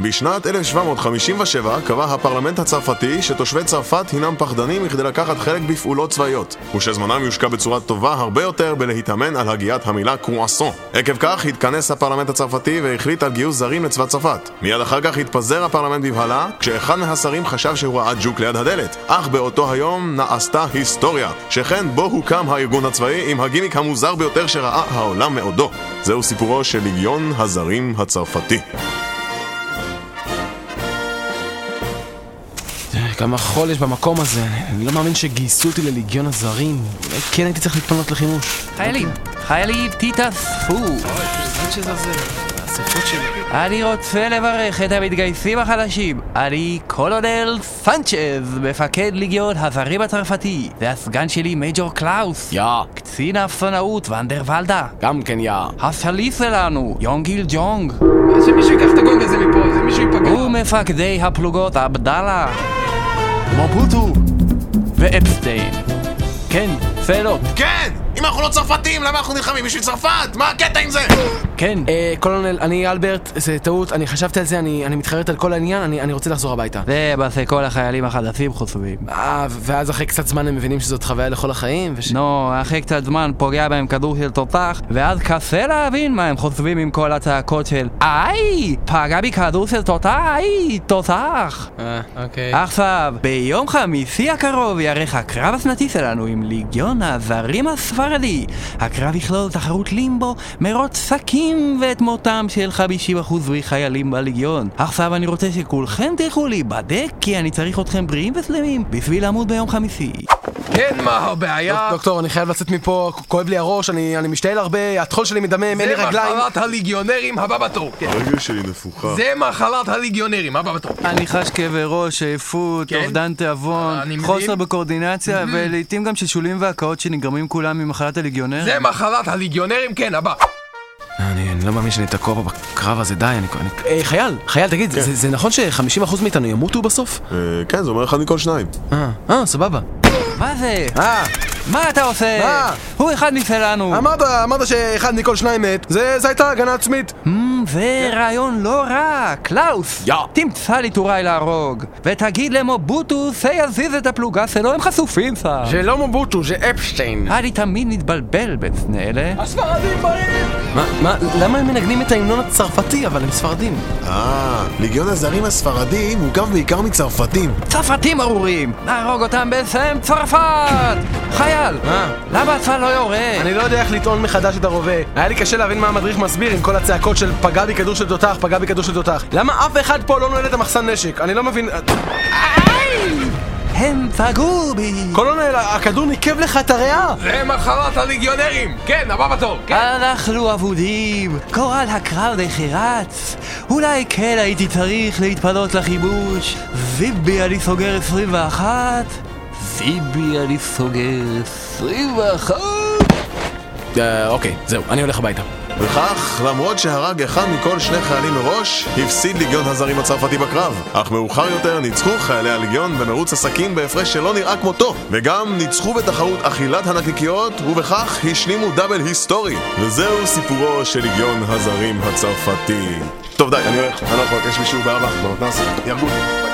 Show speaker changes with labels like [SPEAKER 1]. [SPEAKER 1] בשנת 1757 קבע הפרלמנט הצרפתי שתושבי צרפת הינם פחדנים מכדי לקחת חלק בפעולות צבאיות, ושזמנם יושקע בצורה טובה הרבה יותר בלהתאמן על הגיית המילה קרואסון. עקב כך התכנס הפרלמנט הצרפתי והחליט על גיוס זרים לצבא צרפת. מיד אחר כך התפזר הפרלמנט בבהלה, כשאחד מהשרים חשב שהוא ראה ג'וק ליד הדלת, אך באותו היום נעשתה היסטוריה, שכן בו הוקם הארגון הצבאי עם הגימיק המוזר ביותר שראה העולם מעודו. זהו סיפורו של ליגיון הזרים הצרפתי.
[SPEAKER 2] כמה חול יש במקום הזה. אני לא מאמין שגייסו אותי לליגיון הזרים. אולי כן הייתי צריך להתפנות לחימוש.
[SPEAKER 3] חיילים, חיילים תתאספו.
[SPEAKER 2] האמת שזה זה, האספות שלי.
[SPEAKER 3] אני רוצה לברך את המתגייסים החדשים. אני קולונל סנצ'ז, מפקד ליגיון הזרים הצרפתי. והסגן שלי מייג'ור קלאוס.
[SPEAKER 2] יא,
[SPEAKER 3] קצין האפסונאות ואנדר ולדה.
[SPEAKER 2] גם כן יא.
[SPEAKER 3] השליט שלנו, יונגיל ג'ונג.
[SPEAKER 4] שמישהו ייקח את הגונג הזה מפה, זה מישהו ייפגע.
[SPEAKER 3] ומפקדי הפלוגות עבדאללה. מובוטו. ואפסטיין. כן, שאלות.
[SPEAKER 1] כן! אם אנחנו לא צרפתים, למה אנחנו נלחמים בשביל צרפת? מה הקטע עם זה?
[SPEAKER 3] כן.
[SPEAKER 2] אה, קולונל, אני אלברט, זה טעות, אני חשבתי על זה, אני, אני מתחרט על כל העניין, אני, אני רוצה לחזור הביתה.
[SPEAKER 3] זה מה שכל החיילים החדשים חושבים.
[SPEAKER 2] אה, ו- ואז אחרי קצת זמן הם מבינים שזאת חוויה לכל החיים, וש...
[SPEAKER 3] נו, אחרי קצת זמן פוגע בהם כדור של תותח, ואז קשה להבין מה הם חושבים עם כל הצעקות של איי! פגע בי כדור של תותח! איי! תותח!
[SPEAKER 2] אה, אוקיי.
[SPEAKER 3] עכשיו, ביום חמישי הקרוב יארך הקרב השנתי שלנו עם ליגיון הזרים הספרדי. הקרב יכלול תחרות לימבו, מרוץ שקים ואת מותם של 50% מחיילים בליגיון. עכשיו אני רוצה שכולכם תלכו להיבדק, כי אני צריך אתכם בריאים ושלמים בשביל לעמוד ביום חמישי.
[SPEAKER 4] כן, מה הבעיה?
[SPEAKER 2] אה, דוקטור, אני חייב לצאת מפה, כואב לי הראש, אני, אני משתעל הרבה, הטחול שלי מדמם, אין לי
[SPEAKER 4] זה
[SPEAKER 2] רגליים.
[SPEAKER 4] מחלת הליגיונרים הבא בתור. כן.
[SPEAKER 1] הרגל שלי נפוחה.
[SPEAKER 4] זה מחלת הליגיונרים הבא בתור.
[SPEAKER 3] אני חש כאבי ראש, עייפות,
[SPEAKER 4] כן?
[SPEAKER 3] אובדן תיאבון,
[SPEAKER 4] אני מבין.
[SPEAKER 3] חוסר בקואורדינציה, ולעיתים גם ששולים והקאות שנגרמים כולם ממחלת הליגיונר.
[SPEAKER 4] זה מחלת הליגיונרים, כן, הבא.
[SPEAKER 2] אני, אני לא מאמין שאני תקוע פה בקרב הזה, די, אני... אני... אה, חייל, חייל, תגיד, זה, זה נכון ש-50% מאיתנו ימותו בסוף?
[SPEAKER 1] אה, כן, זה אומר אחד מכל שניים.
[SPEAKER 2] אה, אה, סבבה.
[SPEAKER 3] מה זה?
[SPEAKER 2] אה,
[SPEAKER 3] מה אתה עושה?
[SPEAKER 2] מה? אמ-
[SPEAKER 3] הוא אחד משלנו.
[SPEAKER 2] אמרת, אמרת שאחד מכל שניים מת, זה, זה הייתה הגנה עצמית.
[SPEAKER 3] אמ, זה רעיון לא רע, קלאוס!
[SPEAKER 2] יא.
[SPEAKER 3] תמצא לי טוראי להרוג, ותגיד למובוטו שיזיז את הפלוגה שלו, הם חשופים שם.
[SPEAKER 2] זה לא מבוטו, זה אפשטיין.
[SPEAKER 3] אני תמיד מתבלבל בין שני אלה.
[SPEAKER 2] מה, מה, למה הם מנגנים את ההמנון הצרפתי, אבל הם ספרדים?
[SPEAKER 1] אה, ליגיון הזרים הספרדי מורכב בעיקר מצרפתים.
[SPEAKER 3] צרפתים ארורים! נהרוג אותם בשם צרפת! חייל!
[SPEAKER 2] מה?
[SPEAKER 3] למה אתה לא יורה?
[SPEAKER 2] אני לא יודע איך לטעון מחדש את הרובה. היה לי קשה להבין מה המדריך מסביר עם כל הצעקות של פגע בי כדור של תותח, פגע בי כדור של תותח. למה אף אחד פה לא נועל את המחסן נשק? אני לא מבין...
[SPEAKER 3] הם פגעו בי!
[SPEAKER 2] קולונל, הכדור ניקב לך את הריאה!
[SPEAKER 4] זה מחלת הליגיונרים, כן, הבא בתור. כן.
[SPEAKER 3] אנחנו אבודים! גורל הקרב נחרץ! אולי כן הייתי צריך להתפנות לכיבוש! זיבי אני סוגר 21! זיבי אני סוגר 21!
[SPEAKER 2] אוקיי, זהו, אני הולך הביתה.
[SPEAKER 1] וכך, למרות שהרג אחד מכל שני חיילים מראש, הפסיד ליגיון הזרים הצרפתי בקרב, אך מאוחר יותר ניצחו חיילי הליגיון במרוץ עסקים בהפרש שלא נראה כמותו, וגם ניצחו בתחרות אכילת הנקניקיות, ובכך השלימו דאבל היסטורי. וזהו סיפורו של ליגיון הזרים הצרפתי. טוב די, אני הולך, אני לא יכול, יש מישהו בארבע, במתנ"ס, ירגו. ביי.